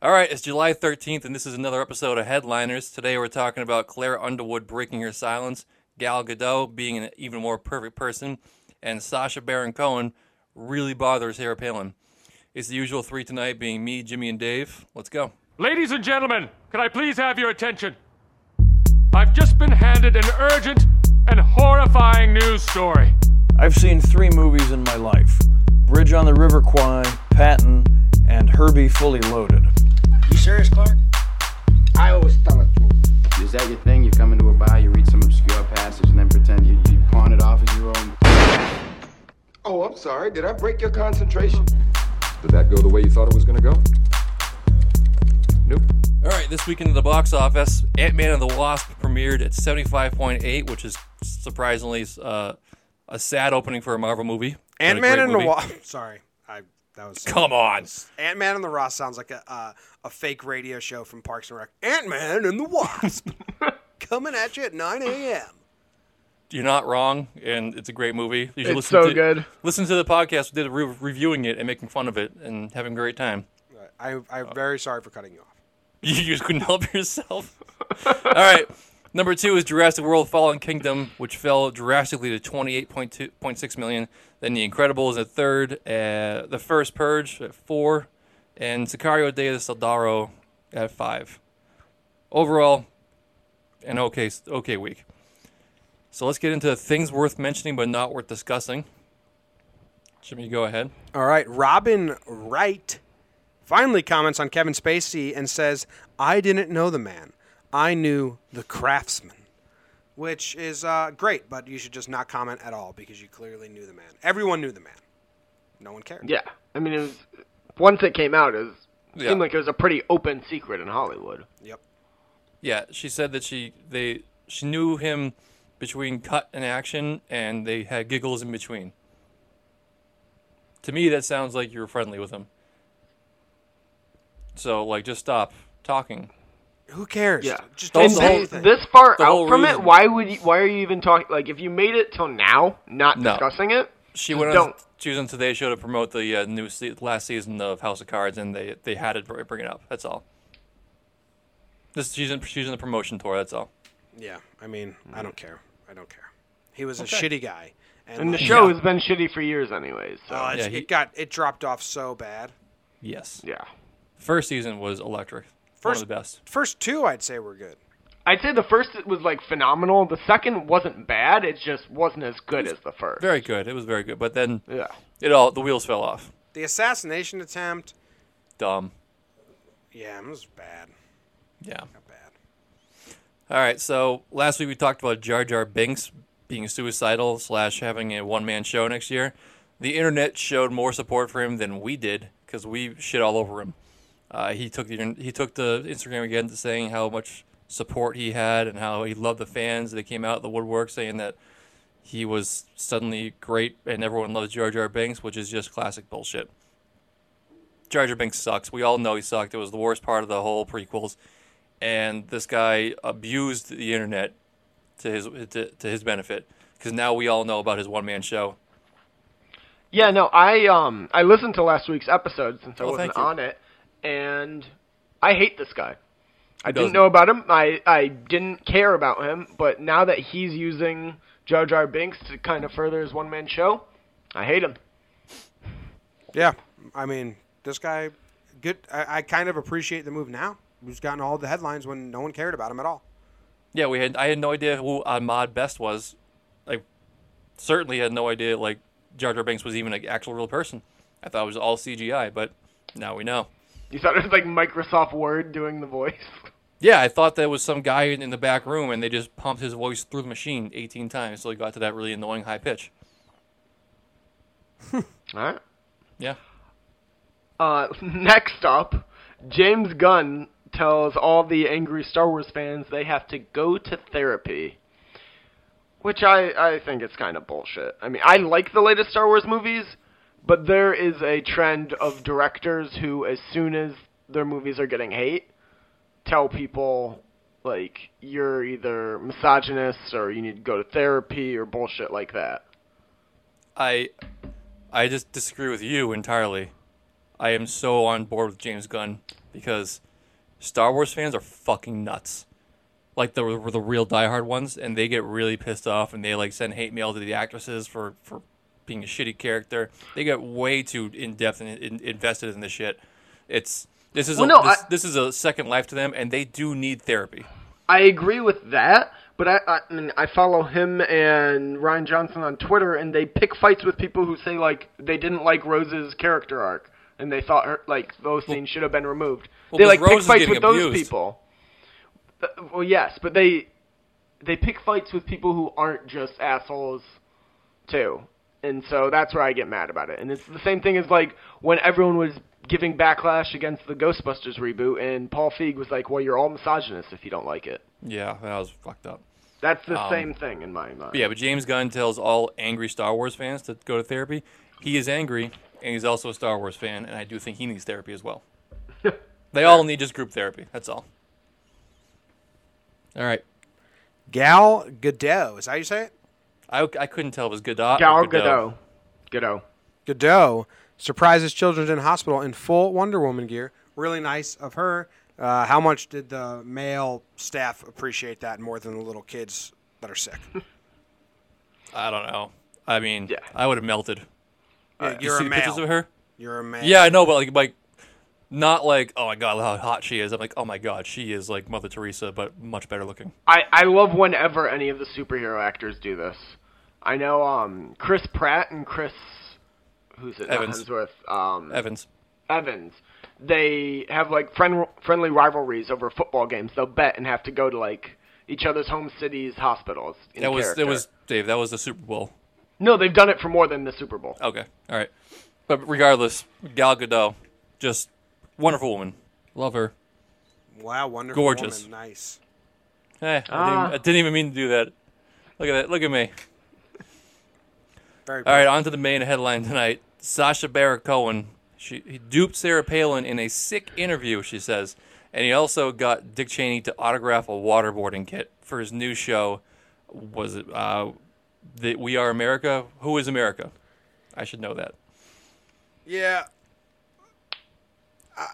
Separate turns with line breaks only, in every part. All right, it's July 13th, and this is another episode of Headliners. Today we're talking about Claire Underwood breaking her silence, Gal Gadot being an even more perfect person, and Sasha Baron Cohen really bothers Sarah Palin. It's the usual three tonight being me, Jimmy, and Dave. Let's go.
Ladies and gentlemen, can I please have your attention? I've just been handed an urgent and horrifying news story.
I've seen three movies in my life Bridge on the River Kwai, Patton, and Herbie Fully Loaded.
You serious, Clark? I always tell it through.
Is that your thing? You come into a bar, you read some obscure passage, and then pretend you, you pawn it off as your own.
Oh, I'm sorry. Did I break your concentration?
Did that go the way you thought it was going to go? Nope.
All right, this weekend at the box office, Ant Man and the Wasp premiered at 75.8, which is surprisingly uh, a sad opening for a Marvel movie. but a
Ant Man
great
and the
movie.
Wasp. Sorry, I that was
Come on.
Ant Man and the Wasp sounds like a uh, a fake radio show from Parks and Rec. Ant Man and the Wasp coming at you at 9 a.m.
You're not wrong, and it's a great movie. You should
It's so
to,
good.
Listen to the podcast. We did re- reviewing it and making fun of it and having a great time.
I I'm very sorry for cutting you off.
You just couldn't help yourself. All right. Number two is Jurassic World Fallen Kingdom, which fell drastically to 28.6 million. Then The Incredibles at third, uh, The First Purge at four, and Sicario Day of the Soldado at five. Overall, an okay, okay week. So let's get into things worth mentioning but not worth discussing. Jimmy, go ahead.
All right, Robin Wright finally comments on Kevin Spacey and says, "I didn't know the man. I knew the craftsman." Which is uh, great, but you should just not comment at all because you clearly knew the man. Everyone knew the man. No one cared.
Yeah, I mean, it was once it came out, it was,
Yeah.
seemed like it was a pretty open secret in Hollywood.
Yep.
Yeah, she said that she they she knew him between cut and action, and they had giggles in between. To me, that sounds like you were friendly with him. So, like, just stop talking.
Who cares?
Yeah.
Just
Don't
don't
the
And
say
whole-
then
anything.
this far
the whole
out from
reason.
it, why would you, why are you even talking? Like, if you made it till now, not
No.
discussing it,
She went on.
don't.
She was on Today Show to promote the uh, new se- last season of House of Cards, and they they had it br- bring it up. That's all. This she's in she's in the promotion tour. That's all.
Yeah, I mean, I don't care. I don't care. He was a shitty guy, and,
and the
like,
show has been shitty for years, anyways. So
uh, it's-
Yeah, he-
it got it dropped off so bad.
Yes.
yeah,
First season was electric. One of the best.
First two, I'd say were good.
I'd say the first was like phenomenal. The second wasn't bad. It just wasn't as good as the first.
Very good. It was very good. But then
Yeah,
it all the wheels fell off.
The assassination attempt,
Dumb.
yeah, it was bad.
Yeah.
Bad.
All right. So last week we talked about Jar Jar Binks being suicidal slash having a one man show next year. The internet showed more support for him than we did because we shit all over him. Uh, he took the he took the Instagram again to saying how much support he had and how he loved the fans. They came out of the woodwork saying that he was suddenly great and everyone loves Jar Jar Binks, which is just classic bullshit. Jar Jar Binks sucks. We all know he sucked. It was the worst part of the whole prequels and this guy abused the internet to his to, to his benefit because now we all know about his one man show.
yeah. No, I um I listened to last week's episode since I
Well,
wasn't
thank you.
on it, and I hate this guy. I didn't
doesn't?
know about him. I, I didn't care about him. But now that he's using Jar Jar Binks to kind of further his one man show, I hate him.
Yeah, I mean, this guy, good. I, I kind of appreciate the move now. Who's gotten all the headlines when no one cared about him at all?
Yeah, we had I had no idea who Ahmad Best was. I certainly had no idea like Jar Jar Banks was even an actual real person. I thought it was all CGI, but now we know.
You thought it was like Microsoft Word doing the voice.
Yeah, I thought that was some guy in in the back room, and they just pumped his voice through the machine 18 times till he got to that really annoying high pitch.
All right.
Yeah.
Uh, next up, James Gunn tells all the angry Star Wars fans they have to go to therapy. Which I, I think it's kind of bullshit. I mean, I like the latest Star Wars movies, but there is a trend of directors who, as soon as their movies are getting hate, tell people, like, you're either misogynist or you need to go to therapy or bullshit like that.
I I just disagree with you entirely. I am so on board with James Gunn because Star Wars fans are fucking nuts. Like the were the real diehard ones, and they get really pissed off, and they like send hate mail to the actresses for for being a shitty character. They get way too in depth and in, invested in this shit. It's this is
Well,
a,
no,
this,
I-
this is a second life to them, and they do need therapy.
I agree with that, but I, I I mean I follow him and Ryan Johnson on Twitter, and they pick fights with people who say like they didn't like Rose's character arc, and they thought her, like those scenes should have been removed.
well,
they
but
like
Rose
pick
is
fights
getting
with those
abused.
people. Uh, well, yes, but they they pick fights with people who aren't just assholes too. And so that's where I get mad about it. And it's the same thing as like when everyone was giving backlash against the Ghostbusters reboot and Paul Feig was like, "Well, you're all misogynists if you don't like it."
Yeah, that was fucked up.
That's the same thing in my mind.
But Um, yeah, but James Gunn tells all angry Star Wars fans to go to therapy. He is angry, and he's also a Star Wars fan, and I do think he needs therapy as well. they all need just group therapy. That's all. All right.
Gal Gadot. Is that how you say it?
I, I couldn't tell if it was Godot. or
Gal
Godot.
Gadot. Gadot.
Godot surprises children in hospital in full Wonder Woman gear. Really nice of her. Uh, how much did the male staff appreciate that more than the little kids that are sick?
I don't know. I mean,
Yeah.
I would have melted.
Yeah,
You
you're
see
a
the pictures of
male.
her?
You're a man.
Yeah, I know, but like, like, not like, oh my god, how hot she is. I'm like, oh my god, she is like Mother Teresa, but much better looking.
I, I love whenever any of the superhero actors do this. I know um Chris Pratt and Chris who's it? Not
Evans.
Hemsworth. Um,
Evans.
Evans, they have like friend, friendly rivalries over football games. They'll bet and have to go to like each other's home cities' hospitals. In
That was
character.
that was Dave. That was the Super Bowl.
no, they've done it for more than the Super Bowl.
Okay, all right. But regardless, Gal Gadot, just wonderful woman. Love her.
Wow, wonderful.
Gorgeous.
woman. Nice.
Eh, I, didn't, I didn't even mean to do that. Look at that. Look at me.
Very
All right, on to the main headline tonight. Sasha Baron Cohen, she he duped Sarah Palin in a sick interview, she says, and he also got Dick Cheney to autograph a waterboarding kit for his new show. Was it uh, the We Are America? Who is America? I should know that.
Yeah,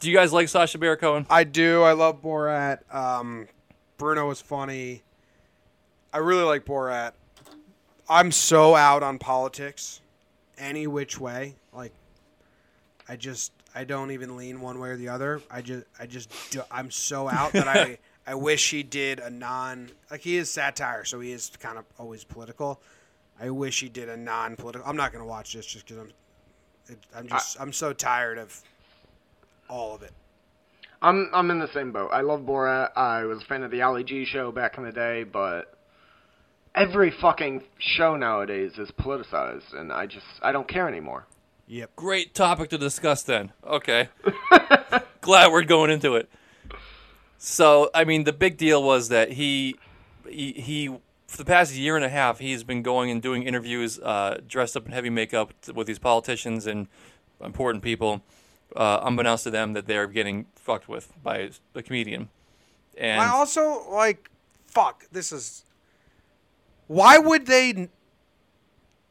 Do you guys like Sasha Baron Cohen?
I do. I love Borat. Um, Bruno was funny. I really like Borat. I'm so out on politics, any which way. Like, I just I don't even lean one way or the other. I just I just do, I'm so out that I I wish he did a non like he is satire, so he is kind of always political. I wish he did a non-political. I'm not gonna watch this just because I'm it, I'm just I'm so tired of all of it.
I'm I'm in the same boat. I love Borat. I was a fan of the Ali G show back in the day, but every fucking show nowadays is politicized, and I just I don't care anymore.
Yep.
Great topic to discuss then. Okay. Glad we're going into it. So, I mean, the big deal was that he, he, he for the past year and a half, he's been going and doing interviews uh, dressed up in heavy makeup t- with these politicians and important people, uh, unbeknownst to them that they're getting fucked with by a comedian. And
I also like fuck. This is why would they?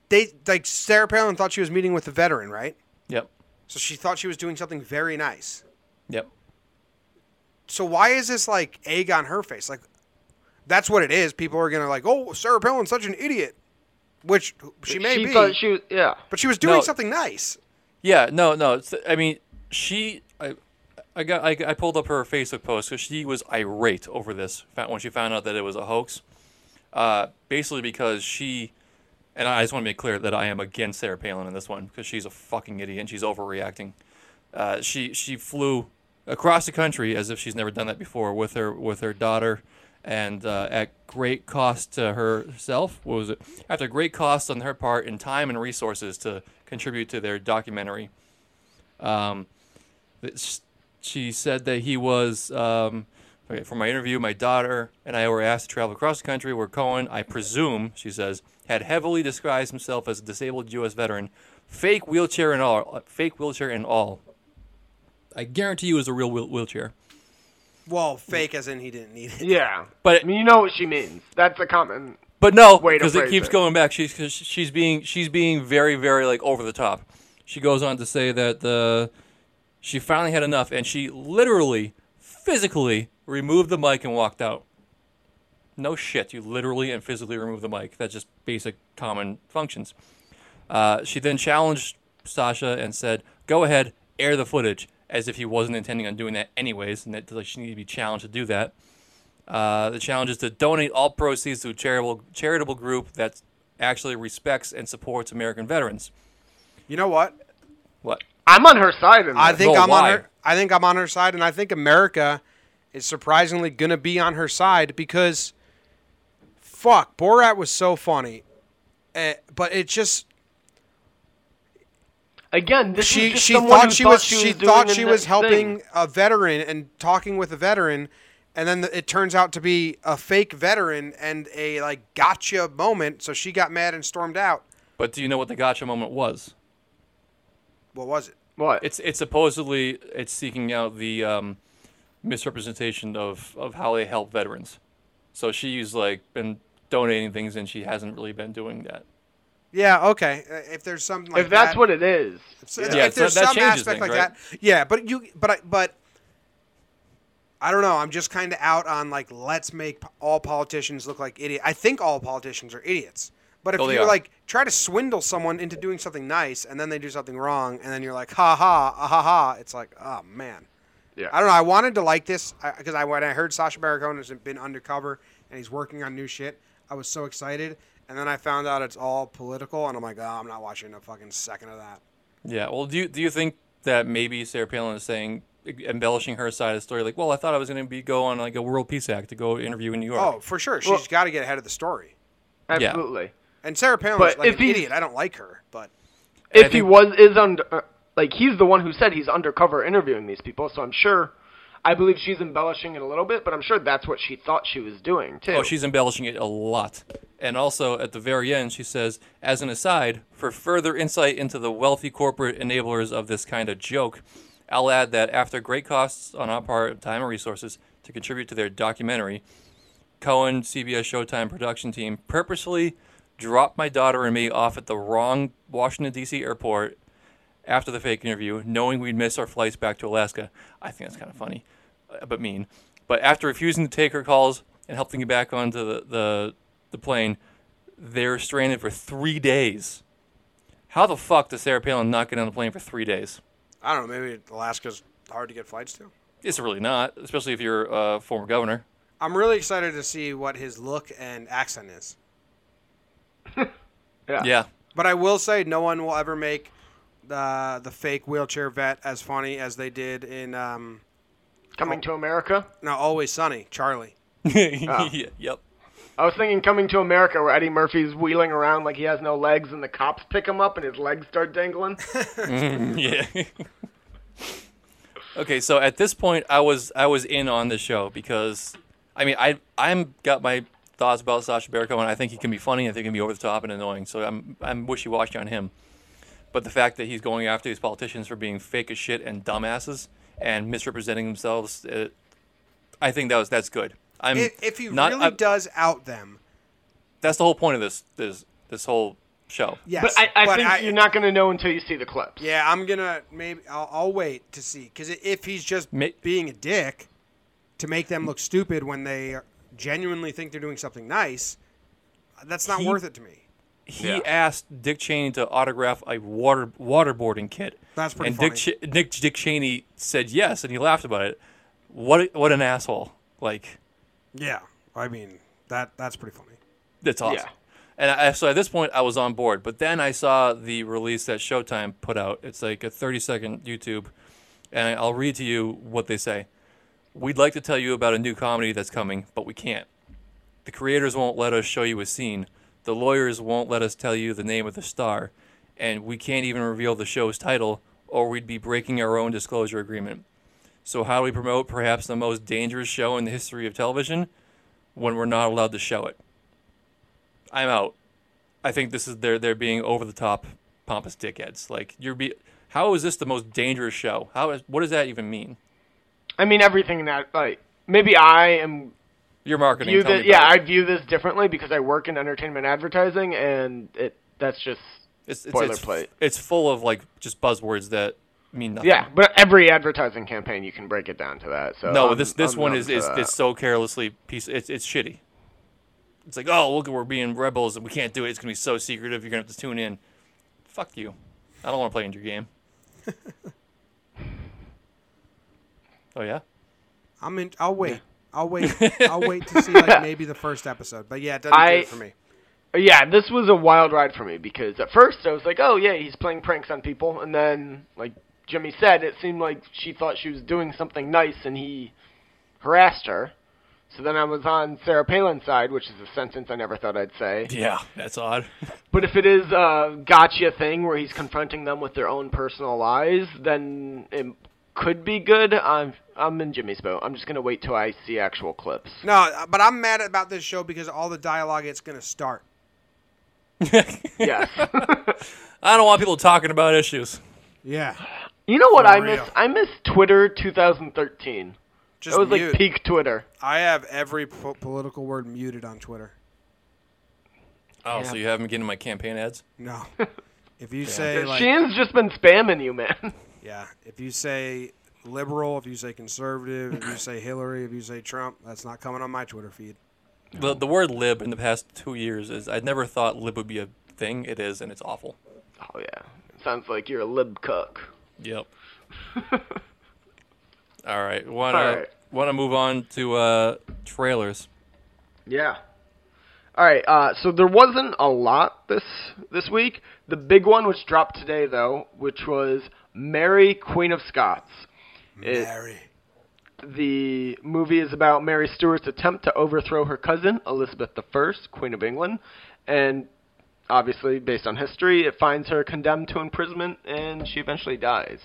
They like Sarah Palin thought she was meeting with a veteran, right?
yep,
So she thought she was doing something very nice.
yep.
So why is this like egg on her face? Like that's what it is. People are gonna like, oh, Sarah Palin's such an idiot, which she may
she
be,
thought she was yeah.
but she was doing
No.
something nice.
Yeah, no, no. it's- I mean, she. I, I got. I, I pulled up her Facebook post because she was irate over this fa- when she found out that it was a hoax. Uh, basically, because she, and I just want to make clear that I am against Sarah Palin in this one because she's a fucking idiot and she's overreacting. Uh, she she flew across the country as if she's never done that before with her with her daughter, and uh, at great cost to herself. What was it? After great cost on her part in time and resources to contribute to their documentary. Um, that sh- she said that he was. Um, okay, for my interview, my daughter and I were asked to travel across the country where Cohen, I presume, she says, had heavily disguised himself as a disabled U.S. veteran, fake wheelchair and all. uh, Fake wheelchair and all. I guarantee you, it was a real wheel- wheelchair.
Well, fake as in he didn't need it.
Yeah,
But-
I mean you know what she means. That's a common
But no,
Way to
because it
phrase
keeps
it.
going back. She's 'cause she's being she's being very very like over the top. She goes on to say that the She finally had enough, and she literally, physically removed the mic and walked out. No shit, you literally and physically remove the mic. That's just basic common functions. Uh, she then challenged Sasha and said, "Go ahead, air the footage," as if he wasn't intending on doing that anyways, and that like, she needed to be challenged to do that. Uh, the challenge is to donate all proceeds to a charitable charitable group that actually respects and supports American veterans.
You know what?
What?
I'm on her side in
I
this.
think
No,
I'm
why?
on her. I think I'm on her side, and I think America is surprisingly gonna be on her side because, fuck, Borat was so funny, Eh, but it just
Again, this is
she
just
she
someone who
thought she was
she,
she
was doing
thought
the
she was
next
helping
thing.
a veteran and talking with a veteran, and then it turns out to be a fake veteran and a like gotcha moment. So she got mad and stormed out.
But do you know what the gotcha moment was?
What was it?
What?
It's it's supposedly it's seeking out the um, misrepresentation of of how they help veterans. So she's like been donating things, and she hasn't really been doing that.
Yeah. Okay. Uh, If there's something like
if that's
that,
what it is.
So if-
Yeah,
if there's
so that
some
changes
aspect
things,
like
right?
that, yeah. But you, but I, but I don't know. I'm just kind of out on like let's make p- all politicians look like idiots. I think all politicians are idiots. But if
Oh, they
you
are.
like try to swindle someone into doing something nice and then they do something wrong and then you're like ha ha ah, ha ha, it's like oh man.
Yeah.
I don't know. I wanted to like this because I when I heard Sasha Baron has been undercover and he's working on new shit, I was so excited. And then I found out it's all political, and I'm like, oh, I'm not watching a fucking second of that.
Yeah. Well, do you, do you think that maybe Sarah Palin is saying embellishing her side of the story? Like, well, I thought I was going to be go on like a World Peace Act to go interview in New York.
Oh, for sure. She's got to get ahead of the story.
Absolutely.
And Sarah Palin's
But
like
if
an
he's-
idiot. I don't like her, but
I
If he
think-
was is under uh, like he's the one who said he's undercover interviewing these people, so I'm sure I believe she's embellishing it a little bit, but I'm sure that's what she thought she was doing too.
Oh, she's embellishing it a lot. And also at the very end, she says, as an aside, for further insight into the wealthy corporate enablers of this kind of joke, I'll add that after great costs on our part of time and resources to contribute to their documentary, Cohen CBS Showtime production team purposely dropped my daughter and me off at the wrong Washington, D.C. airport after the fake interview, knowing we'd miss our flights back to Alaska. I think that's kind of funny, uh, but mean. But after refusing to take her calls and helping get back onto the, the, the plane, they're stranded for three days. How the fuck does Sarah Palin not get on the plane for three days?
I don't know. Maybe Alaska's hard to get flights to.
It's really not, especially if you're a former governor.
I'm really excited to see what his look and accent is.
Yeah.
But I will say, no one will ever make the the fake wheelchair vet as funny as they did in um,
coming to America.
now Always Sunny, Charlie.
yeah. Yep.
I was thinking coming to America where Eddie Murphy's wheeling around like he has no legs and the cops pick him up and his legs start dangling.
Yeah. okay, so at this point, I was I was in on the show because I mean I I'm got my thoughts about Sasha Baron Cohen. I think he can be funny. I think he can be over the top and annoying. So I'm I'm wishy washy on him. But the fact that he's going after these politicians for being fake as shit and dumbasses and misrepresenting themselves, uh I think that was that's good. I'm
Mm.
If, if he
not.
really
I-
does out them,
that's the whole point of this this this whole show.
yes.
But I, I think you're not going to know until you see the clips.
Yeah, I'm gonna maybe I'll, I'll wait to see because if he's just
Ma-
being a dick to make them look stupid when they genuinely think they're doing something nice, that's not
He-
worth it to me.
he asked Dick Cheney to autograph a water waterboarding kit.
That's pretty
And Dick,
funny.
Ch- Nick, Dick Cheney said yes, and he laughed about it. What a- what an asshole! Like
Yeah, I mean that that's pretty funny.
that's awesome.
Yeah.
And I, so at this point, I was on board. But then I saw the release that Showtime put out. It's like a 30 second YouTube, and I'll read to you what they say. We'd like to tell you about a new comedy that's coming, but we can't. The creators won't let us show you a scene. The lawyers won't let us tell you the name of the star. And we can't even reveal the show's title, or we'd be breaking our own disclosure agreement. So, how do we promote perhaps the most dangerous show in the history of television when we're not allowed to show it? I'm out. I think this is they're they're being over the top pompous dickheads. Like you're be how is this the most dangerous show? How is what does that even mean?
I mean everything in that like maybe I am
Your marketing.
view
tell
this,
me about
yeah, I
it.
view this differently because I work in entertainment advertising and it that's just
it's, it's, it's,
boilerplate.
it's full of like just buzzwords that mean nothing.
Yeah, but every advertising campaign you can break it down to that. So
No,
I'm-
this this
I'm
one
up
is
for
is,
that.
is so carelessly piece. It's it's shitty. It's like, oh, look, we're being rebels and we can't do it. It's gonna be so secretive. You're gonna have to tune in. Fuck you. I don't want to play in your game. oh yeah.
I'm in. I'll wait. I'll wait. I'll wait to see like maybe the first episode. But yeah, it doesn't do
I-
it for me.
Yeah, this was a wild ride for me because at first I was like, "Oh yeah, he's playing pranks on people," and then like Jimmy said, it seemed like she thought she was doing something nice and he harassed her. So then I was on Sarah Palin's side, which is a sentence I never thought I'd say.
Yeah, that's odd.
But if it is a gotcha thing where he's confronting them with their own personal lies, then it could be good. I'm I'm in Jimmy's boat. I'm just gonna wait till I see actual clips.
No, but I'm mad about this show because all the dialogue it's gonna start.
Yes.
I don't want people talking about issues.
Yeah,
you know what I
real.
miss? I miss Twitter 2013.
just
That was
mute.
like peak Twitter.
I have every po- political word muted on Twitter.
Oh, so you haven't getting my campaign ads?
No, if you say like
Sheehan's just been spamming you, man.
yeah, if you say liberal, if you say conservative, if you say Hillary, if you say Trump, that's not coming on my Twitter feed.
The the word lib in the past two years is I never thought lib would be a thing. It is, and it's awful.
Oh yeah, sounds like you're a lib cook.
Yep. All right. Wanna
All right.
wanna move on to uh, trailers?
Yeah. All right. Uh, so there wasn't a lot this this week. The big one, which dropped today though, which was Mary Queen of Scots. It-
Harry.
the movie is about Mary Stuart's attempt to overthrow her cousin, Elizabeth I, Queen of England, and obviously, based on history, it finds her condemned to imprisonment and she eventually dies.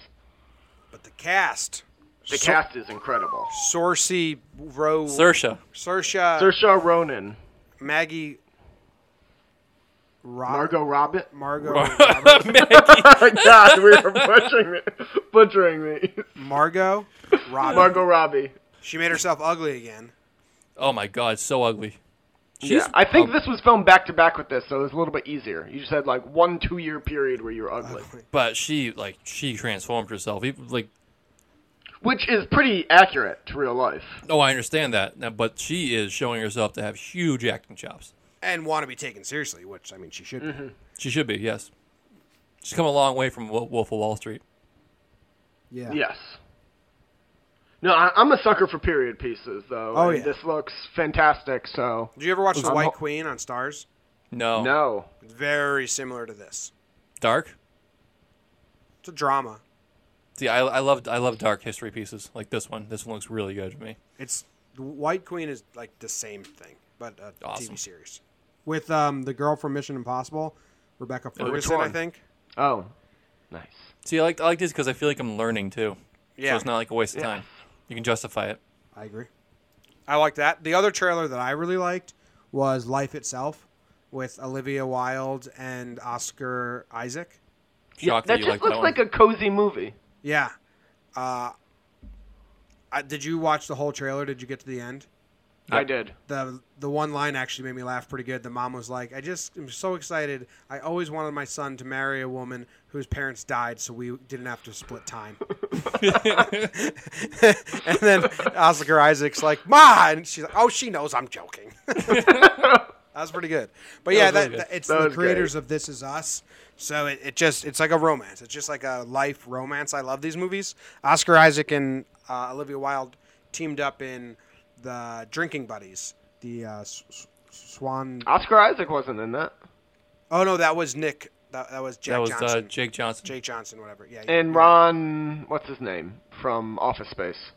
But the cast,
The cast is incredible.
Sorcy, Roe,
Sersha.
Saoirse,
Saoirse Ronan,
Maggie, Rob,
Margot Robbie.
Margot,
My God, we are butchering it- butchering me.
Margot, Robbie.
Margot Robbie.
She made herself ugly again.
Oh my God, so ugly.
Yeah, I think this was filmed back to back with this, so it was a little bit easier. You just had like one two year period where you were ugly,
But she like she transformed herself. Even, like
which is pretty accurate to real life.
oh, I understand that. Now, but she is showing herself to have huge acting chops.
And want to be taken seriously, which I mean she should.
Mm-hmm.
be.
She should be. Yes. She's come a long way from Wo- Wolf of Wall Street.
Yeah.
Yes. No, I, I'm a sucker for period pieces, though.
Oh,
and
yeah.
This looks fantastic, so.
Did you ever watch The
I'm
White
ho-
Queen on Stars?
No.
No.
It's very similar to this.
Dark.
It's a drama.
See, I I love I love dark history pieces like this one. This one looks really good to me.
It's The White Queen is like the same thing, but a
Awesome.
TV series with um, the girl from Mission Impossible, Rebecca
which
Ferguson, I
one?
think.
Oh. Nice.
See, I like I like this because I feel like I'm learning too.
Yeah,
So it's not like a waste of time. You can justify it.
I agree. I like that. The other trailer that I really liked was Life Itself with Olivia Wilde and Oscar Isaac.
Shocked
That
that you
just
like
looks
that one.
like a cozy movie.
Yeah. Uh, I, did you watch the whole trailer? Did you get to the end?
I did.
The the one line actually made me laugh pretty good. The mom was like, "I just am so excited. I always wanted my son to marry a woman whose parents died, so we didn't have to split time." and then Oscar Isaac's like, "Ma," and she's like, "Oh, she knows I'm joking." that was pretty good. But yeah,
was
that,
really
that- it's
That
the
was great.
creators of This Is Us. So it, it just it's like a romance. It's just like a life romance. I love these movies. Oscar Isaac and uh, Olivia Wilde teamed up in the Drinking Buddies. The uh, S- S- Swan.
Oscar Isaac wasn't in that.
Oh no, that was Nick. That, that was Jack
that was uh,
Johnson.
Jake Johnson.
Jake Johnson, whatever. Yeah.
And
you're-
Ron, what's his name? From Office Space.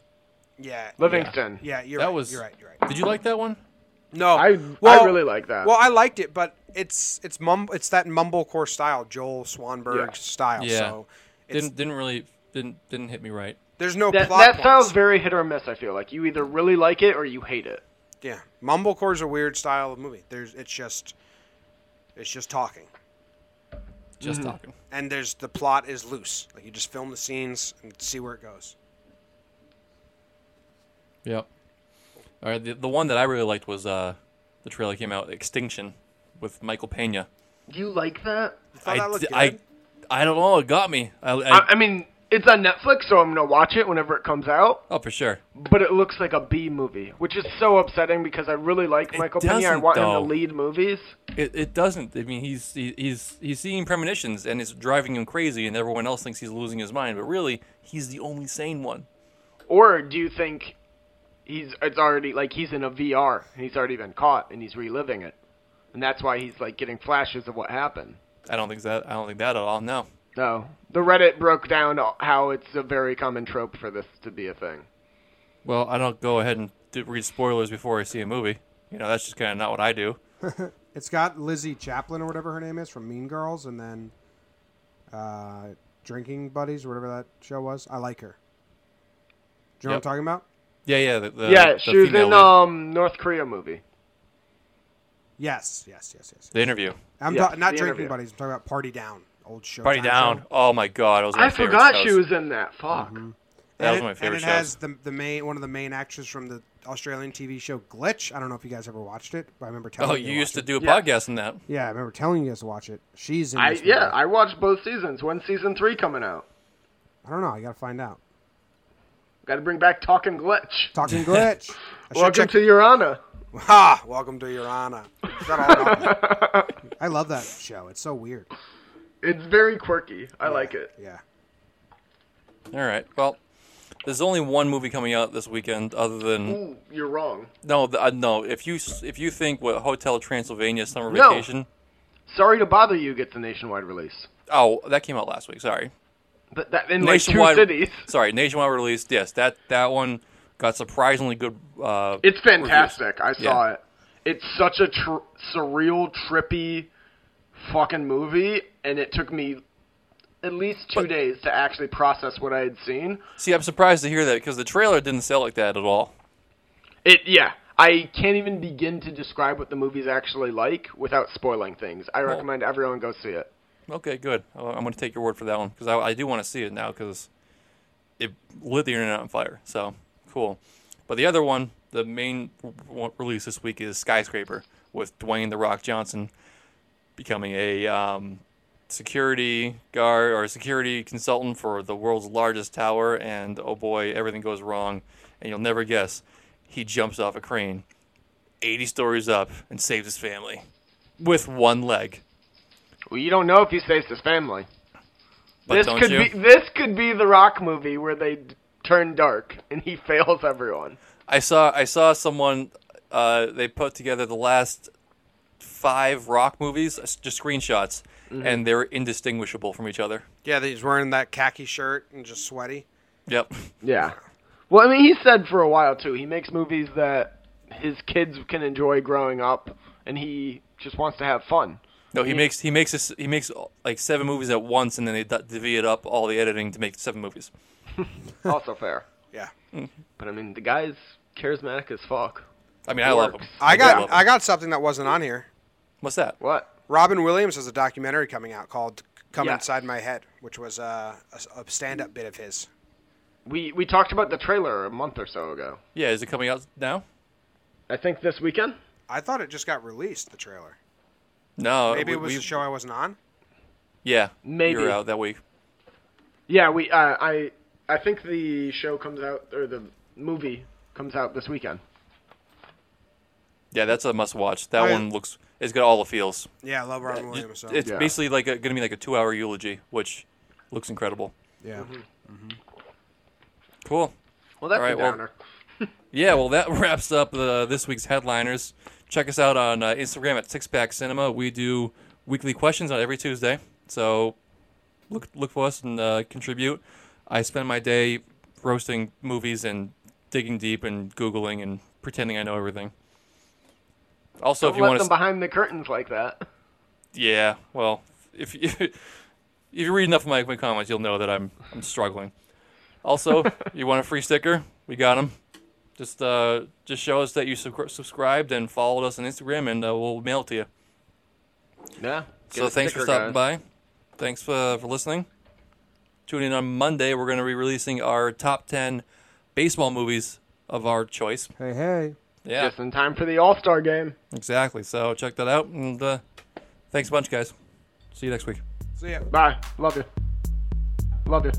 Yeah.
Livingston.
Yeah, you're
That
right.
was-
you're right. You're right.
Did you like that one?
No,
I,
well-
I really like that.
Well, I liked it, but it's it's mum it's that mumblecore style, Joel Swanberg
Yeah.
style.
Yeah.
So it's,
Didn't didn't really didn't didn't hit me right.
there's no
that
plot.
that
points.
sounds very hit or miss, I feel like. You either really like it or you hate it.
yeah. Mumblecore is a weird style of movie. There's it's just it's just talking,
Just
Mm-hmm.
talking.
and there's the plot is loose. Like you just film the scenes and see where it goes.
Yep. All right. The, the one that I really liked was uh, the trailer came out Extinction with Michael Pena.
You like that?
You thought Oh, that looked
d-
good?
I I don't know. It got me. I, I,
I, I mean, It's on Netflix, so I'm gonna watch it whenever it comes out.
Oh, for sure.
But it looks like a B movie, which is so upsetting because I really like
It
Michael Pena. I
doesn't,
want
though.
him to lead movies.
It, it doesn't. I mean, he's he, he's he's seeing premonitions and it's driving him crazy, and everyone else thinks he's losing his mind, but really, he's the only sane one.
Or do you think he's it's already like he's in a VR and he's already been caught and he's reliving it, and that's why he's like getting flashes of what happened.
I don't think that. I don't think that at all. No.
No, the Reddit broke down how it's a very common trope for this to be a thing.
Well, I don't go ahead and do, read spoilers before I see a movie. You know, that's just kind of not what I do.
It's got Lizzie Chaplin or whatever her name is from Mean Girls, and then uh, Drinking Buddies or whatever that show was. I like her. Do you know
Yep.
what I'm talking about?
Yeah, yeah. The, the,
yeah,
the
she was
female
in
lead.
um North Korea movie.
Yes, yes, yes, yes.
the interview.
I'm ta-
Yeah,
not
the
Drinking
interview.
Buddies. I'm talking about Party Down, old show.
Party down. Oh my god, it was my
I
favorite Mm-hmm.
forgot
shows.
she was in that. Fuck.
That was my favorite
And it
shows.
has the, the main one of the main actors from the Australian TV show Glitch. I don't know if you guys ever watched it, but I remember telling
Oh,
you.
you used to
watch it.
do a
Yeah.
podcast in that.
Yeah, I remember telling you guys to watch it. She's in.
I
this
yeah,
movie.
I watched both seasons. When's season three coming out?
I don't know. I gotta find out.
Got to bring back Talking Glitch.
Talking Glitch. I should
Welcome
check-
to Your Honor.
Ha! Welcome to Your Honor. Shut all about it. I love that show. It's so weird.
It's very quirky. I like it.
Yeah.
All right. Well, there's only one movie coming out this weekend, other than
Ooh, you're wrong.
no, the, uh, no. If you s- if you think what Hotel Transylvania Summer
No.
Vacation,
Sorry to bother you. Gets a nationwide release,
oh, that came out last week. Sorry,
but that in like two cities.
Sorry, nationwide release. Yes, that that one got surprisingly good. Uh,
It's fantastic. I saw
Yeah.
it. It's such a tr- surreal, trippy, fucking movie, and it took me at least two days to actually process what I had seen.
see, I'm surprised to hear that because the trailer didn't sell like that at all.
It yeah. I can't even begin to describe what the movie's actually like without spoiling things. I recommend everyone go see it.
Okay, good. Well, I'm going to take your word for that one because I, I do want to see it now because it lit the internet on fire. So cool. But the other one, the main one release this week is Skyscraper with Dwayne the Rock Johnson becoming a um, security guard or security consultant for the world's largest tower. And oh boy, everything goes wrong, and you'll never guess. He jumps off a crane, 80 stories up, and saves his family with one leg.
Well, you don't know if he saves his family.
But
this
don't
could
you?
be this could be the Rock movie where they d- turn dark and he fails everyone.
I saw I saw someone uh, they put together the last five rock movies, uh, s- just screenshots, and they're indistinguishable from each other.
Yeah, that he's wearing that khaki shirt and just sweaty.
Yep.
Yeah. Well, I mean, he said for a while too. He makes movies that his kids can enjoy growing up, and he just wants to have fun.
No, he makes he makes this, he makes uh, like seven movies at once, and then they d- divvy it up all the editing to make seven movies.
Also fair.
Yeah.
But I mean, the guy's charismatic as fuck.
I mean, I love him.
Works.
I
do
got
love
I
'em.
got something that wasn't on here.
What's that?
What?
Robin Williams has a documentary coming out called "Come
Yeah.
Inside My Head," which was uh, a, a stand-up bit of his.
We we talked about the trailer a month or so ago.
Yeah, is it coming out now?
I think this weekend.
I thought it just got released. The trailer.
No,
Maybe
Uh, we-
it was
we-
a show I wasn't on.
Yeah,
Maybe.
you're out that week.
Yeah, we. Uh, I I think the show comes out or the movie comes out this weekend.
Yeah, that's a must watch. That
I-
one looks it's got all the feels.
Yeah, I love Robin Williams. So.
It's
Yeah.
basically like a, gonna be like a two hour eulogy, which looks incredible. Mm-hmm.
yeah.
Mm-hmm.
Cool.
Well, that's
All right,
a
well-
downer.
Yeah, well, that wraps up uh, this week's headliners. Check us out on uh, Instagram at Six Pack Cinema. We do weekly questions on every Tuesday, so look look for us and uh, contribute. I spend my day roasting movies and digging deep and googling and pretending I know everything. Also,
Don't
if you
let
want
them
to,
behind the curtains like that.
yeah, well, if you if you read enough of my, my comments, you'll know that I'm I'm struggling. Also, you want a free sticker? We got them. Just uh, just show us that you subscri- subscribed and followed us on Instagram, and uh, we'll mail it to you.
Yeah.
so thanks for stopping by. Thanks for for listening. Tune in on Monday. We're going to be releasing our top ten baseball movies of our choice.
Hey, hey.
Yeah,
Just in time for the All Star game.
exactly. So check that out, and uh, thanks a bunch, guys. See you next week.
See ya.
Bye. Love you. Love you.